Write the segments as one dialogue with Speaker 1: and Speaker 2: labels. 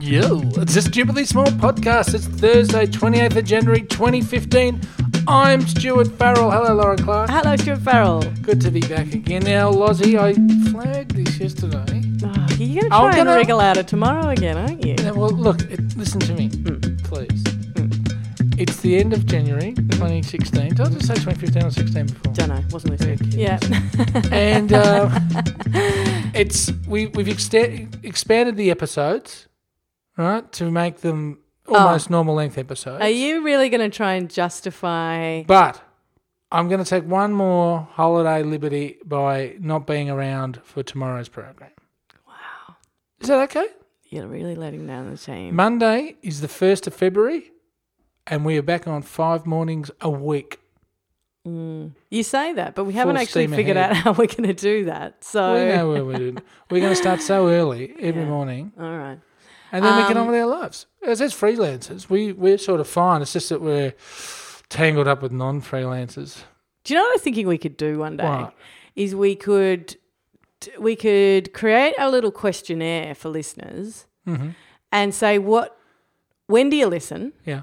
Speaker 1: Yo, it's this stupidly small podcast. It's Thursday, 28th of January 2015. I'm Stuart Farrell. Hello, Lauren Clark.
Speaker 2: Hello, Stuart Farrell.
Speaker 1: Good to be back again. Now, Lozzie, I flagged this yesterday.
Speaker 2: Oh, you're going to
Speaker 1: I'm
Speaker 2: try and
Speaker 1: gonna-
Speaker 2: wriggle out of tomorrow again, aren't you?
Speaker 1: Now, well, look, it, listen to me,
Speaker 2: Mm.
Speaker 1: please. It's the end of January 2016. Did I just say 2015 or 16 before?
Speaker 2: Don't know. Wasn't
Speaker 1: Very
Speaker 2: listening.
Speaker 1: cute.
Speaker 2: Yeah.
Speaker 1: and uh, it's we we've exte- expanded the episodes, right, to make them almost normal length episodes.
Speaker 2: Oh. Are you really going to try and justify?
Speaker 1: But I'm going to take one more holiday liberty by not being around for tomorrow's program.
Speaker 2: Wow.
Speaker 1: Is that okay?
Speaker 2: You're really letting down the team.
Speaker 1: Monday is the first of February, and we are back on five mornings a week.
Speaker 2: Mm. You say that, but we haven't
Speaker 1: Full
Speaker 2: actually
Speaker 1: steam
Speaker 2: figured
Speaker 1: ahead.
Speaker 2: out how we're going to do that. So,
Speaker 1: We know where we're doing. We're going to start so early every morning,
Speaker 2: all right.
Speaker 1: and then we get on with
Speaker 2: Um,
Speaker 1: our lives. As as freelancers, we we're sort of fine. It's just that we're tangled up with non-freelancers.
Speaker 2: Do you know what I was thinking we could do one day?
Speaker 1: What?
Speaker 2: Is we could we could create a little questionnaire for listeners
Speaker 1: Mm-hmm.
Speaker 2: and say what when do you listen?
Speaker 1: Yeah,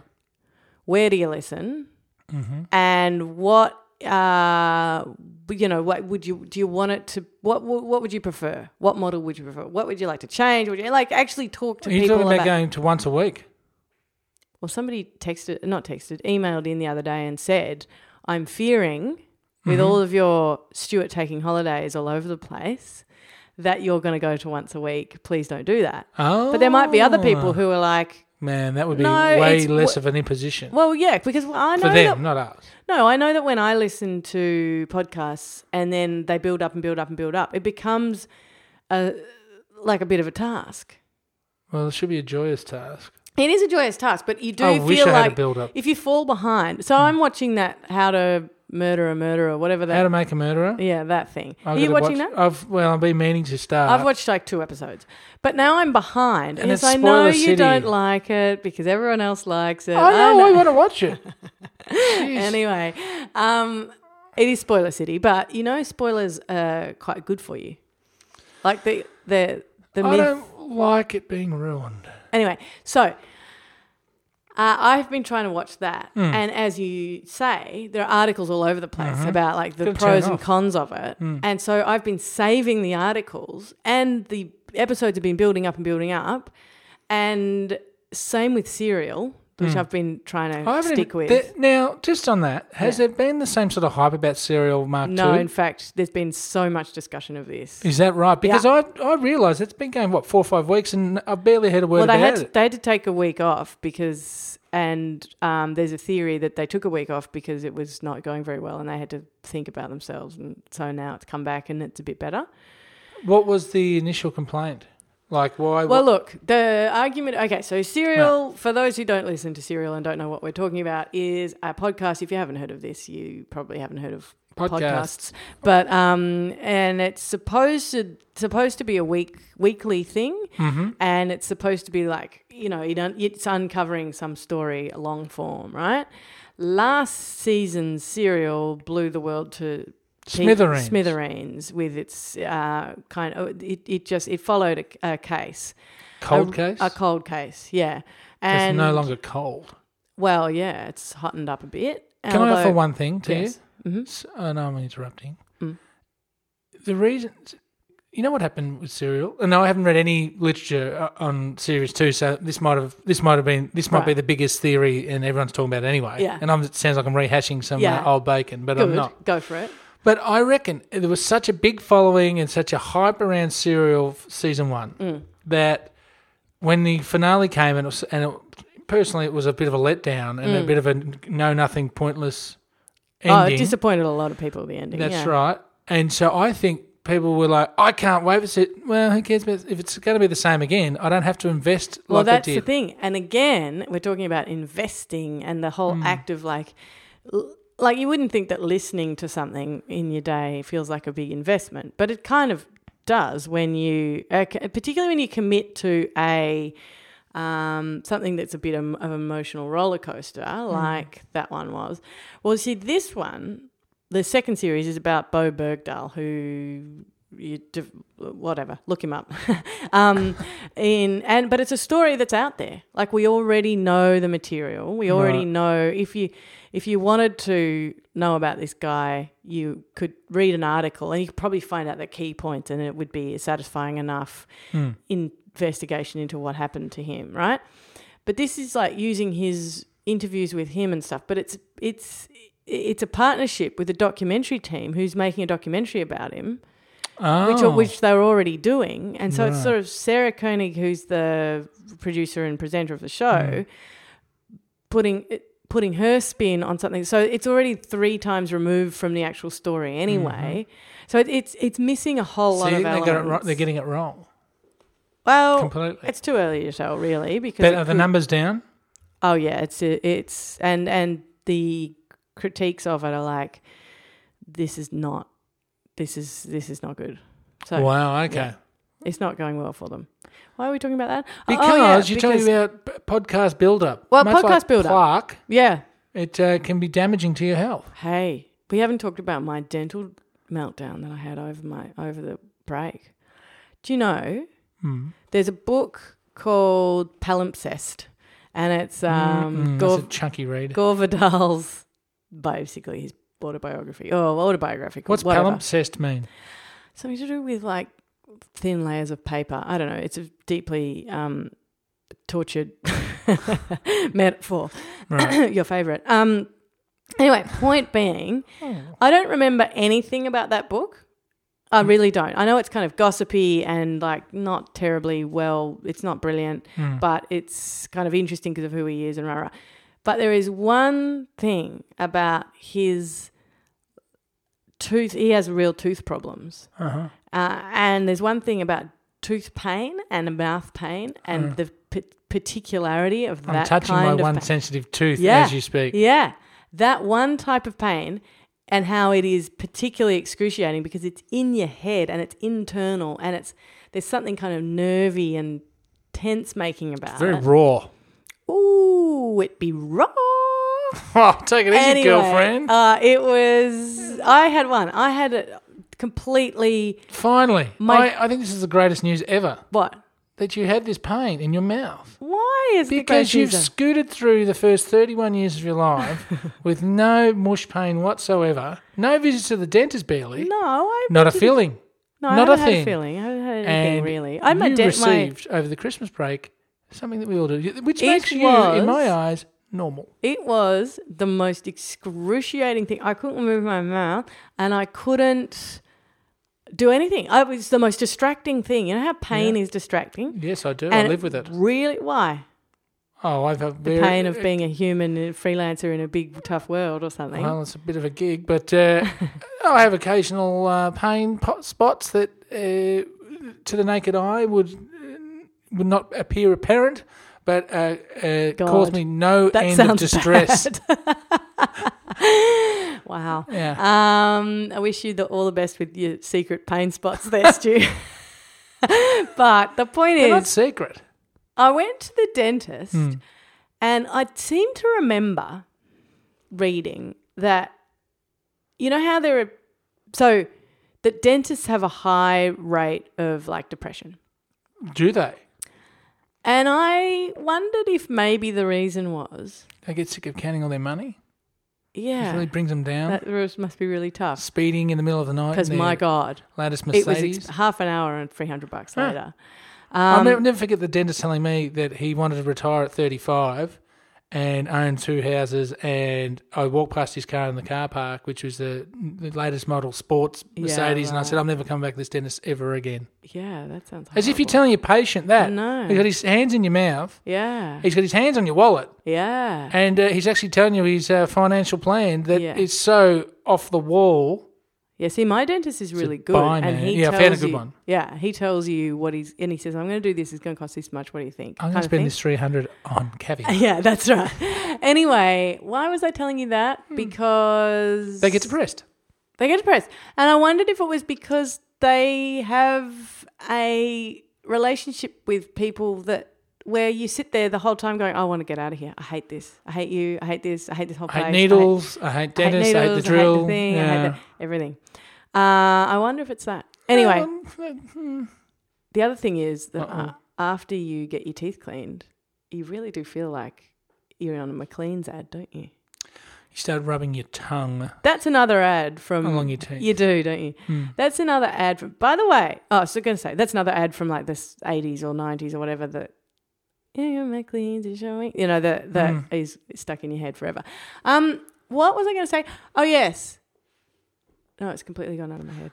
Speaker 2: where do you listen
Speaker 1: Mm-hmm.
Speaker 2: and what uh you know what would you do you want it to what w- what would you prefer what model would you prefer what would you like to change would you like actually talk to
Speaker 1: are you
Speaker 2: people
Speaker 1: talking about,
Speaker 2: about
Speaker 1: going to once a week?
Speaker 2: well somebody texted not texted emailed in the other day and said i'm fearing with
Speaker 1: Mm-hmm.
Speaker 2: all of your stuart taking holidays all over the place that you're going to go to once a week please don't do that
Speaker 1: Oh,
Speaker 2: but there might be other people who are like
Speaker 1: man, that would be
Speaker 2: No,
Speaker 1: way
Speaker 2: it's
Speaker 1: less
Speaker 2: wh-
Speaker 1: of an imposition.
Speaker 2: well yeah because i know
Speaker 1: For
Speaker 2: that
Speaker 1: them, not us.
Speaker 2: No, I know that when I listen to podcasts and then they build up and build up and build up, it becomes a like a bit of a task.
Speaker 1: Well, it should be a joyous task. Oh,
Speaker 2: It is a joyous task, but you do
Speaker 1: I
Speaker 2: feel
Speaker 1: wish I had a
Speaker 2: like
Speaker 1: build-up.
Speaker 2: if you fall behind. So I'm watching that How to Murder a Murderer, whatever that.
Speaker 1: How to make a murderer?
Speaker 2: yeah, that thing.
Speaker 1: I've
Speaker 2: Are you
Speaker 1: gotta
Speaker 2: watching
Speaker 1: watch-
Speaker 2: that?
Speaker 1: I've well, I've been meaning to start.
Speaker 2: I've watched like two episodes, but now I'm behind.
Speaker 1: And
Speaker 2: And yes,
Speaker 1: it's
Speaker 2: I know
Speaker 1: spoiler
Speaker 2: you
Speaker 1: city.
Speaker 2: don't like it because everyone else likes it.
Speaker 1: I know. Oh, I want to watch it. Jeez.
Speaker 2: Anyway, um, it is spoiler city, but you know, spoilers are quite good for you. Like the the the
Speaker 1: I
Speaker 2: myth.
Speaker 1: don't like it being ruined.
Speaker 2: Anyway, so uh, I've been trying to watch that,
Speaker 1: Hmm.
Speaker 2: and as you say, there are articles all over the place about like the
Speaker 1: Mm-hmm. Gotta turn it
Speaker 2: pros and
Speaker 1: off. Hmm.
Speaker 2: cons of it, and so I've been saving the articles, and the episodes have been building up and building up, and same with serial. Which I've been trying
Speaker 1: Hmm. I
Speaker 2: to
Speaker 1: haven't
Speaker 2: stick
Speaker 1: even-
Speaker 2: with.
Speaker 1: there- now, just on that, has there been the same sort of hype about Serial Mark
Speaker 2: No,
Speaker 1: Two?
Speaker 2: in fact, there's been so much discussion of this.
Speaker 1: Is that right? Because I I realise it's been going what four or five weeks, and I barely heard a word
Speaker 2: Well, they
Speaker 1: about
Speaker 2: had to,
Speaker 1: it.
Speaker 2: they had to take a week off because, and um, there's a theory that they took a week off because it was not going very well, and they had to think about themselves, and so now it's come back and it's a bit better.
Speaker 1: What was the initial complaint? Like why? what-
Speaker 2: Well, look, the argument. Okay, so Serial, for those who don't listen to Serial and don't know what we're talking about, is a podcast. If you haven't heard of this, you probably haven't heard of
Speaker 1: Podcasts.
Speaker 2: podcasts. But um, and it's supposed to supposed to be a week weekly thing,
Speaker 1: Mm-hmm.
Speaker 2: and it's supposed to be like you know you don't, it's uncovering some story long form, right? Last season's Serial blew the world to pe-
Speaker 1: Smithereens.
Speaker 2: Smithereens with its uh, kind of it, it just it followed a, a case.
Speaker 1: cold
Speaker 2: a,
Speaker 1: case.
Speaker 2: A cold case, yeah.
Speaker 1: it's
Speaker 2: And
Speaker 1: no longer cold.
Speaker 2: well, yeah, it's hottened up a bit.
Speaker 1: Can I offer one thing to you?
Speaker 2: Yes. Mm. Mhm.
Speaker 1: S- I know I'm interrupting. The reason, you know, what happened with Serial, and I haven't read any literature uh, on series two, so this might have this might have been this might be
Speaker 2: Right.
Speaker 1: the biggest theory, and everyone's talking about it anyway.
Speaker 2: Yeah.
Speaker 1: And I'm, it sounds like I'm rehashing some
Speaker 2: Yeah.
Speaker 1: uh, old bacon, but I'm
Speaker 2: Good.
Speaker 1: not.
Speaker 2: Go for it.
Speaker 1: But I reckon there was such a big following and such a hype around Serial f- season one
Speaker 2: Mm.
Speaker 1: that when the finale came and it was, and it, personally it was a bit of a letdown and a bit of a no nothing pointless
Speaker 2: Mm. Oh, it
Speaker 1: ending.
Speaker 2: disappointed a lot of people the ending.
Speaker 1: That's
Speaker 2: yeah.
Speaker 1: right. And so I think people were like, I can't wait for it. Well, who cares? about- If it's going to be the same again, I don't have to invest
Speaker 2: Well,
Speaker 1: like
Speaker 2: that's
Speaker 1: I
Speaker 2: the
Speaker 1: did.
Speaker 2: thing. And again, we're talking about investing and the whole act of like, l- like you wouldn't think that listening to something in your day feels like a big investment, but it kind of does when you, uh, c- particularly when you commit to a um, something that's a bit of, of emotional roller coaster, like that one was. Well, see, this one, the second series is about Bo Bergdahl, who you div- whatever look him up um in and but it's a story that's out there like we already know the material we already
Speaker 1: Right.
Speaker 2: know if you if you wanted to know about this guy you could read an article and you could probably find out the key points and it would be a satisfying enough investigation into what happened to him right but this is like using his interviews with him and stuff but it's it's it's a partnership with a documentary team who's making a documentary about him
Speaker 1: Oh.
Speaker 2: which are, which they were already doing. And so
Speaker 1: Right.
Speaker 2: it's sort of Sarah Koenig, who's the producer and presenter of the show,
Speaker 1: Hmm.
Speaker 2: putting it- putting her spin on something. So it's already three times removed from the actual story anyway. So it, it's it's missing a whole
Speaker 1: Mm-hmm. so
Speaker 2: lot
Speaker 1: you think
Speaker 2: of
Speaker 1: they
Speaker 2: elements.
Speaker 1: got it wrong, they're getting it wrong
Speaker 2: well,
Speaker 1: completely.
Speaker 2: it's too early to tell, really, because
Speaker 1: But
Speaker 2: it
Speaker 1: are the
Speaker 2: could-
Speaker 1: numbers down?
Speaker 2: Oh yeah, it's it's and and the critiques of it are like, this is not, this is this is not good. So
Speaker 1: wow. Okay.
Speaker 2: yeah. It's not going well for them. Why are we talking about that? Oh,
Speaker 1: Because
Speaker 2: oh, yeah,
Speaker 1: you're talking about p- podcast build-up.
Speaker 2: Well,
Speaker 1: Much like
Speaker 2: podcast build-up.
Speaker 1: plaque,
Speaker 2: yeah.
Speaker 1: it uh, can be damaging to your health.
Speaker 2: Hey, we haven't talked about my dental meltdown that I had over my over the break. Do you know
Speaker 1: Mm.
Speaker 2: there's a book called Palimpsest, and it's um
Speaker 1: Mm,
Speaker 2: Gore,
Speaker 1: that's a chunky read.
Speaker 2: Gore Vidal's basically his autobiography or autobiographical.
Speaker 1: What's
Speaker 2: whatever.
Speaker 1: palimpsest mean?
Speaker 2: something to do with like thin layers of paper. I don't know. It's a deeply um, tortured metaphor.
Speaker 1: Right.
Speaker 2: Your favorite. Um, anyway, point being, I don't remember anything about that book. I
Speaker 1: Hmm.
Speaker 2: really don't. I know it's kind of gossipy and like not terribly well. It's not brilliant,
Speaker 1: Mm.
Speaker 2: but it's kind of interesting because of who he is and rah rah. But there is one thing about his tooth. He has real tooth problems.
Speaker 1: Uh-huh.
Speaker 2: Uh, and there's one thing about tooth pain and mouth pain and the p- particularity of
Speaker 1: Mm. I'm
Speaker 2: that
Speaker 1: touching
Speaker 2: kind
Speaker 1: my
Speaker 2: of
Speaker 1: one
Speaker 2: pain.
Speaker 1: sensitive tooth
Speaker 2: Yeah.
Speaker 1: as you speak.
Speaker 2: Yeah, that one type of pain and how it is particularly excruciating because it's in your head and it's internal and it's there's something kind of nervy and tense making about
Speaker 1: Very
Speaker 2: it.
Speaker 1: raw.
Speaker 2: Ooh, it be raw.
Speaker 1: Oh, take it easy,
Speaker 2: Anyway,
Speaker 1: girlfriend.
Speaker 2: Uh, it was. I had one. I had it completely.
Speaker 1: Finally,
Speaker 2: my-
Speaker 1: I, I think this is the greatest news ever
Speaker 2: What?
Speaker 1: that you had this pain in your mouth
Speaker 2: Why is the
Speaker 1: because
Speaker 2: great
Speaker 1: you've
Speaker 2: user-
Speaker 1: scooted through the first 31 years of your life with no mush pain whatsoever, no visits to the dentist barely,
Speaker 2: No, I
Speaker 1: not a
Speaker 2: didn't-
Speaker 1: feeling.
Speaker 2: No, I
Speaker 1: not a
Speaker 2: haven't had
Speaker 1: thing.
Speaker 2: a feeling. I haven't had anything
Speaker 1: And
Speaker 2: really. I'm a
Speaker 1: you
Speaker 2: de- my
Speaker 1: received over the Christmas break something that we all do, which
Speaker 2: It
Speaker 1: makes you, in
Speaker 2: was-
Speaker 1: my eyes, normal.
Speaker 2: it was the most excruciating thing. I couldn't move my mouth and I couldn't do anything. I- It was the most distracting thing. You know how pain is distracting?
Speaker 1: Yes, I do. I
Speaker 2: And
Speaker 1: live with it.
Speaker 2: Really? Why?
Speaker 1: Oh, I've had
Speaker 2: The pain of being a human and a freelancer in a big tough world or something.
Speaker 1: Well, it's a bit of a gig, but uh, I have occasional uh, pain po- spots that, uh, to the naked eye, would uh, would not appear apparent, but uh, uh,
Speaker 2: God.
Speaker 1: cause me no
Speaker 2: that
Speaker 1: end of
Speaker 2: sounds
Speaker 1: distress.
Speaker 2: bad. wow.
Speaker 1: Yeah.
Speaker 2: Um, I wish you the, all the best with your secret pain spots there, Stu. but the point
Speaker 1: They're not Hmm.
Speaker 2: is,
Speaker 1: secret.
Speaker 2: I went to the dentist and I seem to remember reading that, you know, how there are, so that dentists have a high rate of like depression.
Speaker 1: Do they?
Speaker 2: And I wondered if maybe the reason was,
Speaker 1: They get sick of counting all their money. It
Speaker 2: yeah,
Speaker 1: really brings them down.
Speaker 2: that rules must be really tough.
Speaker 1: Speeding in the middle of the night.
Speaker 2: Because
Speaker 1: in
Speaker 2: my
Speaker 1: their
Speaker 2: God,
Speaker 1: latest
Speaker 2: it was
Speaker 1: Mercedes.
Speaker 2: ex- half an hour and 300 bucks
Speaker 1: Huh.
Speaker 2: later.
Speaker 1: I'll
Speaker 2: Um,
Speaker 1: never, never forget the dentist telling me that he wanted to retire at 35 and own two houses. And I walked past his car in the car park, which was the, the latest model sports
Speaker 2: Yeah,
Speaker 1: Mercedes. And I said,
Speaker 2: right. Oh,
Speaker 1: I'm never coming back to this dentist ever again.
Speaker 2: yeah, that sounds horrible.
Speaker 1: As if you're telling your patient that.
Speaker 2: No.
Speaker 1: He's got his hands in your mouth,
Speaker 2: Yeah.
Speaker 1: he's got his hands on your wallet,
Speaker 2: Yeah.
Speaker 1: and uh, he's actually telling you his uh, financial plan that is
Speaker 2: Yeah.
Speaker 1: so off the wall.
Speaker 2: Yeah, see, my dentist is really good,
Speaker 1: buy,
Speaker 2: and
Speaker 1: man.
Speaker 2: he
Speaker 1: Yeah, I
Speaker 2: tells
Speaker 1: found a good
Speaker 2: you,
Speaker 1: one.
Speaker 2: Yeah, he tells you what he's, and he says, "I'm going to do this. It's going to cost this much. What do you think?"
Speaker 1: I'm going
Speaker 2: kind
Speaker 1: to
Speaker 2: of
Speaker 1: spend
Speaker 2: thing.
Speaker 1: this 300 on caviar.
Speaker 2: Yeah, that's right. anyway, why was I telling you that? Because
Speaker 1: Hmm. They get depressed.
Speaker 2: they get depressed, and I wondered if it was because they have a relationship with people that where you sit there the whole time going, "I want to get out of here. I hate this. I hate you. I hate this. I hate this whole
Speaker 1: I
Speaker 2: place.
Speaker 1: hate
Speaker 2: I hate-
Speaker 1: needles. I hate dentists. I hate,
Speaker 2: needles,
Speaker 1: the drill.
Speaker 2: I hate the thing. I
Speaker 1: Yeah.
Speaker 2: hate the, everything." Uh, I wonder if it's that. Anyway,
Speaker 1: Um,
Speaker 2: the other thing is that
Speaker 1: Uh-oh.
Speaker 2: uh, after you get your teeth cleaned, you really do feel like you're on a McLean's ad, don't you?
Speaker 1: you start rubbing your tongue
Speaker 2: That's another ad from
Speaker 1: along your teeth.
Speaker 2: You do, don't you?
Speaker 1: Hmm.
Speaker 2: That's another ad from. By the way, oh, I was going to say that's another ad from like the s- '80s or '90s or whatever that. Yeah, your McLean's is showing. You know that that is stuck in your head forever. Um, what was I going to say? Oh yes. No, it's completely gone out of my head.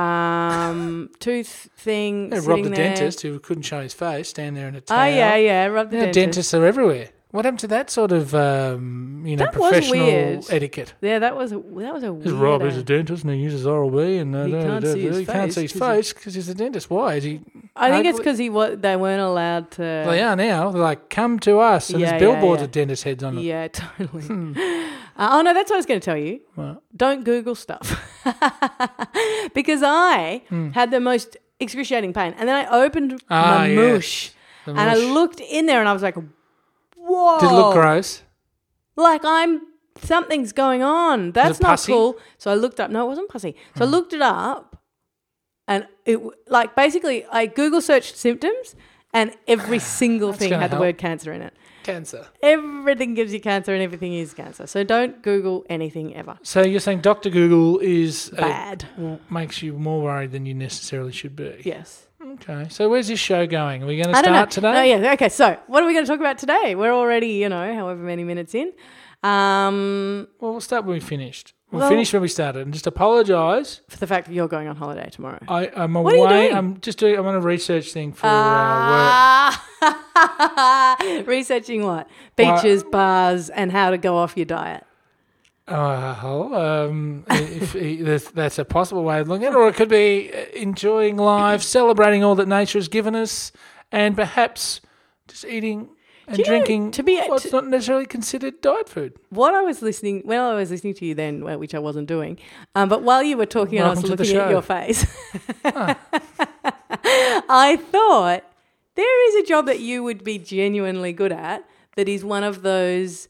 Speaker 2: Um, tooth thing.
Speaker 1: Yeah, Rob
Speaker 2: sitting
Speaker 1: the
Speaker 2: there.
Speaker 1: dentist who couldn't show his face, stand there in a towel.
Speaker 2: Oh yeah, yeah. Rob the
Speaker 1: Now
Speaker 2: dentist.
Speaker 1: dentists are everywhere. What happened to that sort of um, you know
Speaker 2: That was
Speaker 1: professional
Speaker 2: weird.
Speaker 1: etiquette?
Speaker 2: Yeah, that was a, that was a weird.
Speaker 1: Because Rob is a
Speaker 2: ad.
Speaker 1: dentist and he uses Oral B, and uh,
Speaker 2: He
Speaker 1: da-
Speaker 2: can't
Speaker 1: da-
Speaker 2: see
Speaker 1: da-
Speaker 2: his
Speaker 1: he can't
Speaker 2: face
Speaker 1: see his
Speaker 2: 'cause he-
Speaker 1: face because he's a dentist. Why is he?
Speaker 2: I think it's
Speaker 1: ugly?
Speaker 2: because he what they weren't allowed to.
Speaker 1: they are now. They're like, come to us, and
Speaker 2: Yeah, yeah,
Speaker 1: there's billboards
Speaker 2: yeah.
Speaker 1: with dentist heads on Hmm. them.
Speaker 2: Yeah, totally. Uh, oh no, that's what I was going to tell you.
Speaker 1: What?
Speaker 2: Don't Google stuff because I had the most excruciating pain, and then I opened
Speaker 1: Hmm. Ah,
Speaker 2: my
Speaker 1: yes.
Speaker 2: moosh,
Speaker 1: The
Speaker 2: and I
Speaker 1: mush.
Speaker 2: looked in there, and I was like, "Whoa!"
Speaker 1: Did it look gross?
Speaker 2: Like I'm something's going on. That's not
Speaker 1: pussy? Hmm.
Speaker 2: cool. So I looked up. No, it wasn't pussy. So I looked it up, and it w- like basically I Google searched symptoms, and every single thing
Speaker 1: gonna
Speaker 2: had the
Speaker 1: help.
Speaker 2: word cancer in it.
Speaker 1: Cancer.
Speaker 2: Everything gives you cancer and everything is cancer. So don't Google anything ever.
Speaker 1: So you're saying Doctor Google is a-
Speaker 2: Bad.
Speaker 1: well, makes you more worried than you necessarily should be.
Speaker 2: Yes.
Speaker 1: Okay. So where's this show going? Are we going to
Speaker 2: I don't
Speaker 1: start
Speaker 2: know.
Speaker 1: today?
Speaker 2: No, yeah. Okay. So what are we going to talk about today? We're already, you know, however many minutes in. Um,
Speaker 1: Well, we'll start when we finished. We'll,
Speaker 2: Well-
Speaker 1: finish when we started, and just apologise.
Speaker 2: for the fact that you're going on holiday tomorrow.
Speaker 1: I, I'm
Speaker 2: What are
Speaker 1: away.
Speaker 2: you doing?
Speaker 1: I'm just doing. I'm on a research thing for uh, work.
Speaker 2: Ah, researching what beaches, bars, and how to go off your diet.
Speaker 1: Oh, um, if if that's a possible way of looking at it, or it could be uh, enjoying life, celebrating all that nature has given us, and perhaps just eating and
Speaker 2: you know,
Speaker 1: drinking
Speaker 2: to be-
Speaker 1: what's not necessarily considered diet food.
Speaker 2: What I was listening, well, I was listening to you then, well, which I wasn't doing. Um, but while you were talking, and I was
Speaker 1: Welcome to the
Speaker 2: looking at
Speaker 1: show. Ah.
Speaker 2: your face. I thought there is a job that you would be genuinely good at. That is one of those.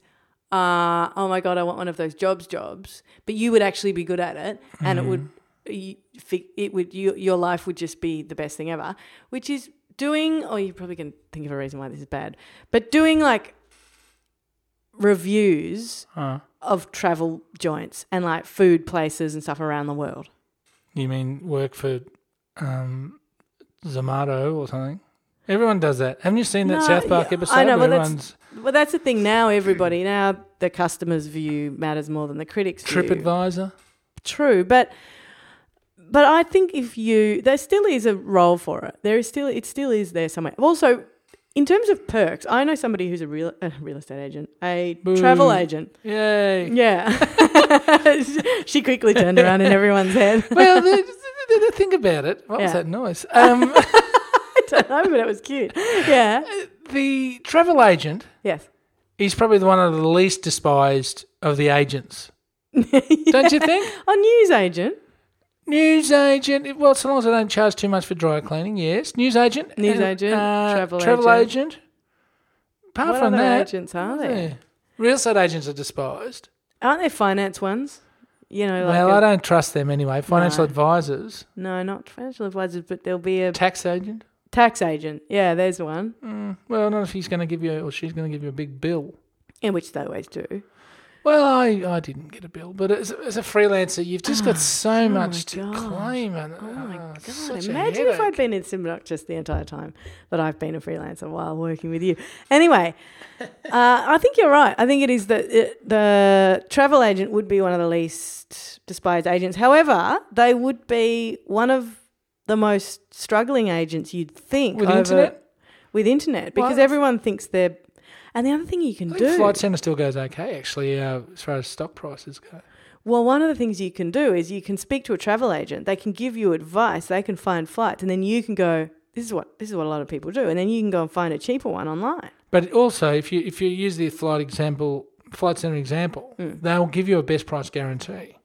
Speaker 2: Uh, oh my god, I want one of those jobs, jobs. But you would actually be good at it, and it would, you fi- it would, you, your life would just be the best thing ever. Which is doing. Oh, you probably can think of a reason why this is bad, but doing like reviews
Speaker 1: Huh.
Speaker 2: of travel joints and like food places and stuff around the world.
Speaker 1: You mean work for um, Zamato or something? Everyone does that. Haven't you seen that
Speaker 2: No,
Speaker 1: South Park
Speaker 2: yeah,
Speaker 1: episode?
Speaker 2: I know,
Speaker 1: where
Speaker 2: but that's-
Speaker 1: everyone's
Speaker 2: Well, that's the thing now, everybody. Now the customer's view matters more than the critic's view.
Speaker 1: TripAdvisor.
Speaker 2: True, but but I think if you there still is a role for it. There is still it still is there somewhere. Also, in terms of perks, I know somebody who's a real a real estate agent, a
Speaker 1: Boo.
Speaker 2: travel agent.
Speaker 1: Yay.
Speaker 2: Yeah, she quickly turned around in everyone's head.
Speaker 1: well, th- th- th- th- think about it. What
Speaker 2: Yeah.
Speaker 1: was that noise? Um,
Speaker 2: I don't know, but it was cute. Yeah.
Speaker 1: the travel agent
Speaker 2: Yes.
Speaker 1: is probably the one of the least despised of the agents. Don't you think?
Speaker 2: A news agent.
Speaker 1: News agent. it- Well, so long as I don't charge too much for dry cleaning, yes. News agent.
Speaker 2: News
Speaker 1: and, uh,
Speaker 2: agent, travel
Speaker 1: agent. Apart
Speaker 2: what
Speaker 1: from
Speaker 2: other
Speaker 1: that,
Speaker 2: agents are there?
Speaker 1: yeah. real estate agents are despised.
Speaker 2: Aren't there finance ones? You know, like
Speaker 1: well,
Speaker 2: a-
Speaker 1: I don't trust them anyway. Financial
Speaker 2: No.
Speaker 1: advisors,
Speaker 2: no, not financial advisors, but there'll be a
Speaker 1: tax agent.
Speaker 2: tax agent. Yeah, there's one,
Speaker 1: Mm. Well, not if he's going to give you or she's going to give you a big bill.
Speaker 2: in which they always do.
Speaker 1: Well, I, I didn't get a bill, but as, as a freelancer, you've just got so much to
Speaker 2: Ah, oh God.
Speaker 1: claim. And,
Speaker 2: Oh my
Speaker 1: uh, it's
Speaker 2: god!
Speaker 1: such a
Speaker 2: Imagine if
Speaker 1: headache.
Speaker 2: I'd been in Simlock just the entire time that I've been a freelancer while working with you. Anyway, uh, I think you're right. I think it is that it, the travel agent would be one of the least despised agents. However, they would be one of the most struggling agents you'd think
Speaker 1: With
Speaker 2: over-
Speaker 1: internet?
Speaker 2: with internet because
Speaker 1: Well-
Speaker 2: everyone thinks they're. And the other thing you can
Speaker 1: I
Speaker 2: do,
Speaker 1: think Flight Centre still goes okay, actually, uh, as far as stock prices go.
Speaker 2: well, one of the things you can do is you can speak to a travel agent. They can give you advice. They can find flights, and then you can go. This is what this is what a lot of people do, and then you can go and find a cheaper one online.
Speaker 1: But also, if you if you use the flight example, Flight Centre example,
Speaker 2: Hmm.
Speaker 1: they'll give you a best price guarantee.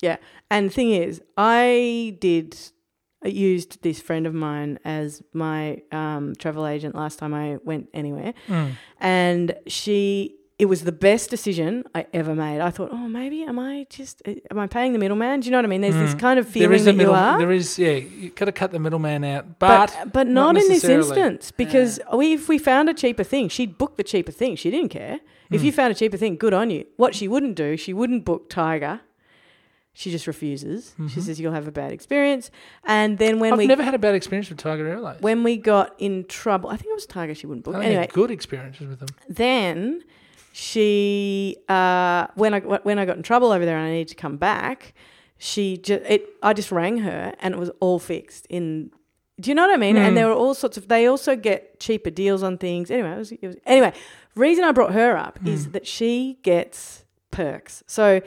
Speaker 2: Yeah, and the thing is, I did I used this friend of mine as Hmm.
Speaker 1: Hmm.
Speaker 2: my um, travel agent last time I went anywhere, and she it was the best decision I ever made. I thought, oh, maybe am I just am I paying the middleman? Do you know what I mean? There's this kind of feeling
Speaker 1: Mm. there is a
Speaker 2: that
Speaker 1: middle.
Speaker 2: you are.
Speaker 1: There is yeah. You got to cut the middleman out, but
Speaker 2: but, but not, in this
Speaker 1: necessarily.
Speaker 2: instance because we, if we found a cheaper thing, she'd book the cheaper thing. She didn't care.
Speaker 1: Hmm.
Speaker 2: If you found a cheaper thing, good on you. What she wouldn't do, she wouldn't book Tiger. She just refuses. She says you'll have a bad experience. And then when
Speaker 1: Mm-hmm. I've
Speaker 2: we
Speaker 1: never had a bad experience with Tiger Airlines.
Speaker 2: when we got in trouble, I think it was Tiger she wouldn't book.
Speaker 1: I don't
Speaker 2: Anyway,
Speaker 1: have good experiences with them.
Speaker 2: then she uh, when I when I got in trouble over there and I needed to come back, she just it I just rang her and it was all fixed in. Do you know what I mean?
Speaker 1: Hmm.
Speaker 2: And there were all sorts of. They also get cheaper deals on things. Anyway, it was, it was, anyway. Reason I brought her up is
Speaker 1: Hmm.
Speaker 2: that she gets perks. So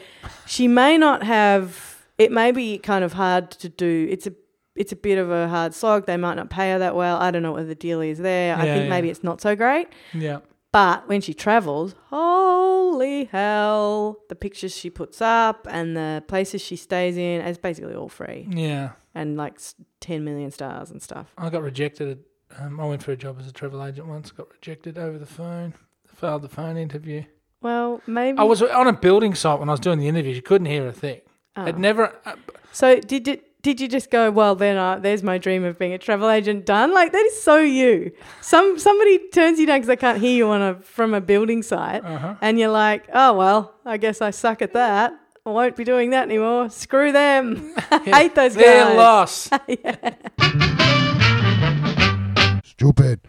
Speaker 2: she may not have. It may be kind of hard to do. It's a. It's a bit of a hard slog. They might not pay her that well. I don't know what the deal is there. I
Speaker 1: Yeah,
Speaker 2: think
Speaker 1: yeah.
Speaker 2: maybe it's not so great.
Speaker 1: Yeah,
Speaker 2: But when she travels, holy hell, the pictures she puts up and the places she stays in is basically all free
Speaker 1: yeah.
Speaker 2: and like s- 10 million stars and stuff.
Speaker 1: I got rejected. At, um, I went for a job as a travel agent once. Got rejected over the phone. Failed the phone interview.
Speaker 2: Well, maybe.
Speaker 1: I was on a building site when I was doing the interview. You couldn't hear a thing.
Speaker 2: Oh.
Speaker 1: I'd never. Uh,
Speaker 2: So did it. Did you just go? Well, then, I, there's my dream of being a travel agent done. Like that is so you. Some somebody turns you down because they can't hear you on a from a building site,
Speaker 1: uh-huh.
Speaker 2: and you're like, oh well, I guess I suck at that. I won't be doing that anymore. Screw them. I hate those guys.
Speaker 1: Their loss.
Speaker 3: Stupid.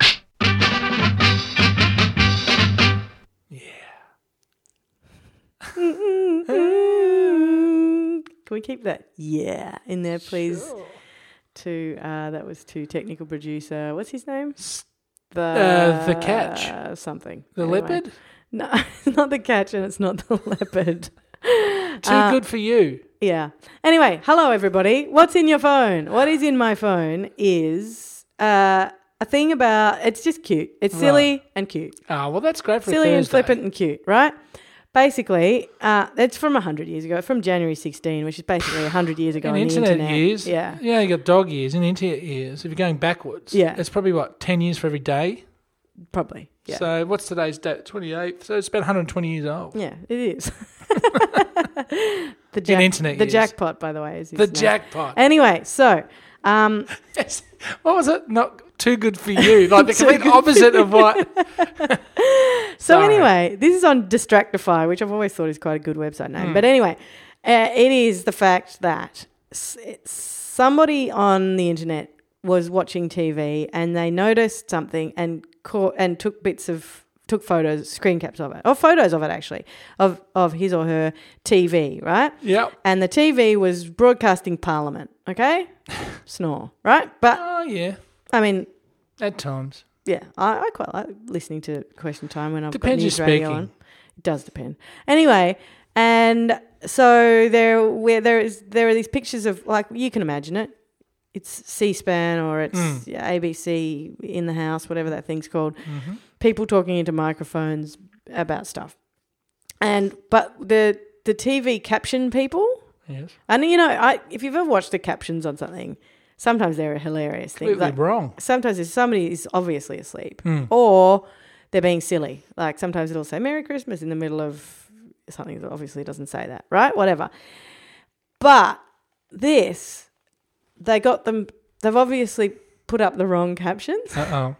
Speaker 2: Mm-hmm. Can we keep that? Yeah, in there, please. To uh, that was to technical producer. What's his name?
Speaker 1: S-
Speaker 2: The
Speaker 1: Uh, the catch.
Speaker 2: something.
Speaker 1: The
Speaker 2: Anyway.
Speaker 1: leopard.
Speaker 2: No, it's not the catch, and it's not the leopard. Uh,
Speaker 1: Too good for you.
Speaker 2: Yeah. Anyway, hello everybody. What's in your phone? What is in my phone is uh, a thing about. It's just cute. It's silly and cute.
Speaker 1: Ah, well, that's great for
Speaker 2: silly
Speaker 1: a
Speaker 2: and
Speaker 1: Thursday.
Speaker 2: flippant and cute, right? Basically, uh, it's from 100 years ago, from January 16, which is basically 100 years ago
Speaker 1: In
Speaker 2: on
Speaker 1: internet,
Speaker 2: the internet.
Speaker 1: years,
Speaker 2: Yeah.
Speaker 1: yeah, you got dog years and internet years. If you're going backwards,
Speaker 2: Yeah.
Speaker 1: it's probably what ten years for every day.
Speaker 2: Probably. Yeah.
Speaker 1: So what's today's date? Twenty eighth. So it's about 120 years old.
Speaker 2: yeah, it is. the
Speaker 1: In internet
Speaker 2: The
Speaker 1: years.
Speaker 2: jackpot, by the way, is his
Speaker 1: The
Speaker 2: name.
Speaker 1: jackpot.
Speaker 2: Anyway, so um,
Speaker 1: Yes. what was it? Not too good for you. Like the complete opposite of what.
Speaker 2: So
Speaker 1: Sorry.
Speaker 2: anyway, this is on Distractify, which I've always thought is quite a good website name. But anyway, uh, it is the fact that s- somebody on the internet was watching TV and they noticed something and caught and took bits of took photos, screen caps of it, or photos of it actually, of of his or her TV, right?
Speaker 1: Yep.
Speaker 2: And the TV was broadcasting Parliament. Okay, snore, right? But
Speaker 1: Oh yeah.
Speaker 2: I mean,
Speaker 1: At times.
Speaker 2: yeah, I, I quite like listening to Question Time when I've
Speaker 1: Depends
Speaker 2: got
Speaker 1: who's
Speaker 2: news radio
Speaker 1: speaking.
Speaker 2: on. It does depend. Anyway, and so there, where there is, there are these pictures of like you can imagine it. It's C-SPAN or it's
Speaker 1: Hmm.
Speaker 2: ABC in the house, whatever that thing's called.
Speaker 1: Mm-hmm.
Speaker 2: People talking into microphones about stuff, and but the the TV caption people.
Speaker 1: Yes.
Speaker 2: And you know, I if you've ever watched the captions on something, sometimes they're hilarious things.
Speaker 1: Completely
Speaker 2: Like,
Speaker 1: wrong. Hmm.
Speaker 2: sometimes if somebody is obviously asleep
Speaker 1: Mm.
Speaker 2: or they're being silly. Like sometimes it'll say Merry Christmas in the middle of something that obviously doesn't say that, right? Whatever. But this, they got them, they've obviously put up the wrong captions.
Speaker 1: Uh oh.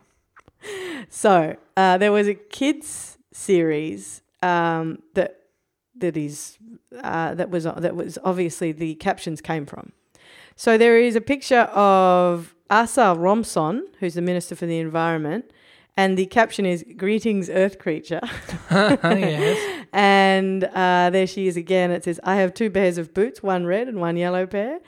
Speaker 2: So uh, there was a kids series um, that that is uh, that was that was obviously the captions came from. So there is a picture of Asa Romson, who's the minister for the environment, and the caption is "Greetings, Earth creature."
Speaker 1: yes.
Speaker 2: and uh, there she is again. It says, "I have two pairs of boots, one red and one yellow pair."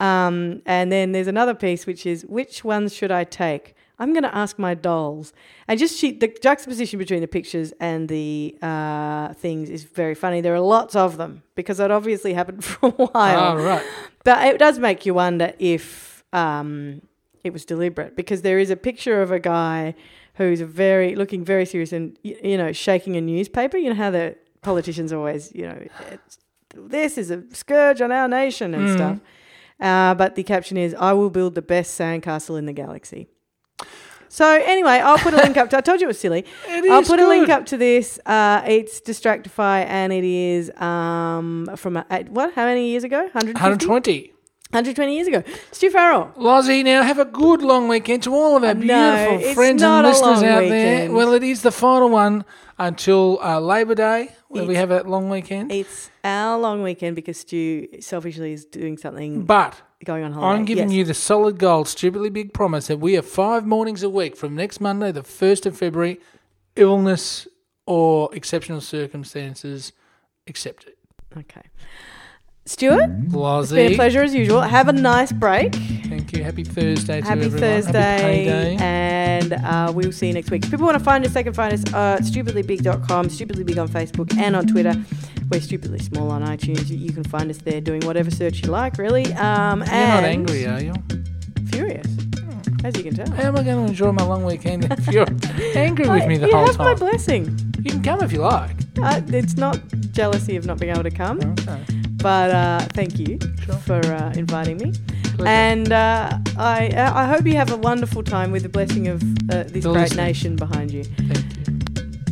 Speaker 2: Um, and then there's another piece which is, "Which ones should I take?" I'm going to ask my dolls. And just she, the juxtaposition between the pictures and the uh, things is very funny. There are lots of them because that obviously happened for a while.
Speaker 1: All right.
Speaker 2: But it does make you wonder if um, it was deliberate because there is a picture of a guy who's a very looking very serious and y- you know shaking a newspaper. You know how the politicians always you know it's, this is a scourge on our nation
Speaker 1: Hmm.
Speaker 2: and stuff. Uh, but the caption is, "I will build the best sandcastle in the galaxy." So anyway, I'll put a link up. To, I told you it was silly.
Speaker 1: It
Speaker 2: I'll
Speaker 1: is
Speaker 2: put a link
Speaker 1: good.
Speaker 2: up to this. Uh, it's Distractify, and it is um, from uh, at- what? How many years ago? 150?
Speaker 1: 120.
Speaker 2: 120 years ago. Stu Farrell.
Speaker 1: Lozzie, now have a good long weekend to all of our
Speaker 2: No,
Speaker 1: beautiful
Speaker 2: it's
Speaker 1: friends
Speaker 2: not
Speaker 1: and
Speaker 2: a
Speaker 1: listeners
Speaker 2: long
Speaker 1: out there.
Speaker 2: weekend.
Speaker 1: Well, it is the final one until uh, Labor Day, where we
Speaker 2: It's-
Speaker 1: have that long weekend.
Speaker 2: It's our long weekend because Stu selfishly is doing something
Speaker 1: But
Speaker 2: going on holiday.
Speaker 1: I'm giving
Speaker 2: Yes.
Speaker 1: you the solid gold, stupidly big promise that we are five mornings a week from next Monday, the 1st of February, illness or exceptional circumstances accepted.
Speaker 2: Okay. Stuart, it's been a
Speaker 1: Lozzie,
Speaker 2: pleasure as usual. Have a nice break.
Speaker 1: Mm-hmm. thank you. Happy Thursday to
Speaker 2: Happy
Speaker 1: everyone. Happy
Speaker 2: Thursday.
Speaker 1: payday.
Speaker 2: and uh, we'll see you next week. If people want to find us, they can find us uh, at stupidlybig.com, stupidlybig on Facebook, and on Twitter. We're stupidly small on iTunes. You- You can find us there doing whatever search you like, really. Um,
Speaker 1: You're not
Speaker 2: and
Speaker 1: angry, are you?
Speaker 2: Furious, as you can tell.
Speaker 1: How am I going to enjoy my long weekend if you're angry with me the
Speaker 2: you
Speaker 1: whole
Speaker 2: have my
Speaker 1: time?
Speaker 2: blessing.
Speaker 1: you can come if you like.
Speaker 2: Uh, it's not jealousy of not being able to come,
Speaker 1: Okay.
Speaker 2: but uh, thank you
Speaker 1: Sure.
Speaker 2: for uh, inviting me.
Speaker 1: Pleasure.
Speaker 2: And uh, I, uh, I hope you have a wonderful time with the blessing of uh, this
Speaker 1: The
Speaker 2: great
Speaker 1: listening.
Speaker 2: nation behind you.
Speaker 1: Thank you.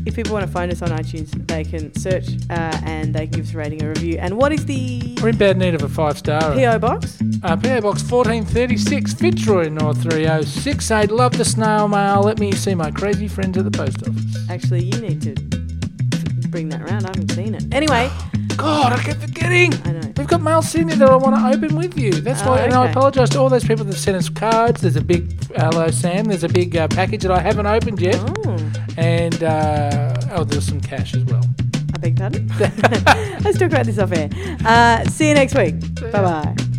Speaker 2: If people want to find us on iTunes, they can search uh, and they can give us a rating, a review. And what is the
Speaker 1: We're in bad need of a five star.
Speaker 2: PO box?
Speaker 1: Uh, PO Box 1436, Fitzroy North 3068. Love the snail mail. Let me see my crazy friends at the post office.
Speaker 2: Actually, you need to f- bring that round. I haven't seen it. Anyway,
Speaker 1: God, I keep forgetting.
Speaker 2: I know.
Speaker 1: We've got mail sitting there that I want to open with you. That's
Speaker 2: Oh,
Speaker 1: why, and I
Speaker 2: okay.
Speaker 1: apologise to all those people that sent us cards. There's a big, uh, hello Sam, there's a big uh, package that I haven't opened yet.
Speaker 2: Oh,
Speaker 1: And, uh, oh, there's some cash as well.
Speaker 2: I beg pardon. Let's talk about this off air. Uh, see you next week. Bye bye.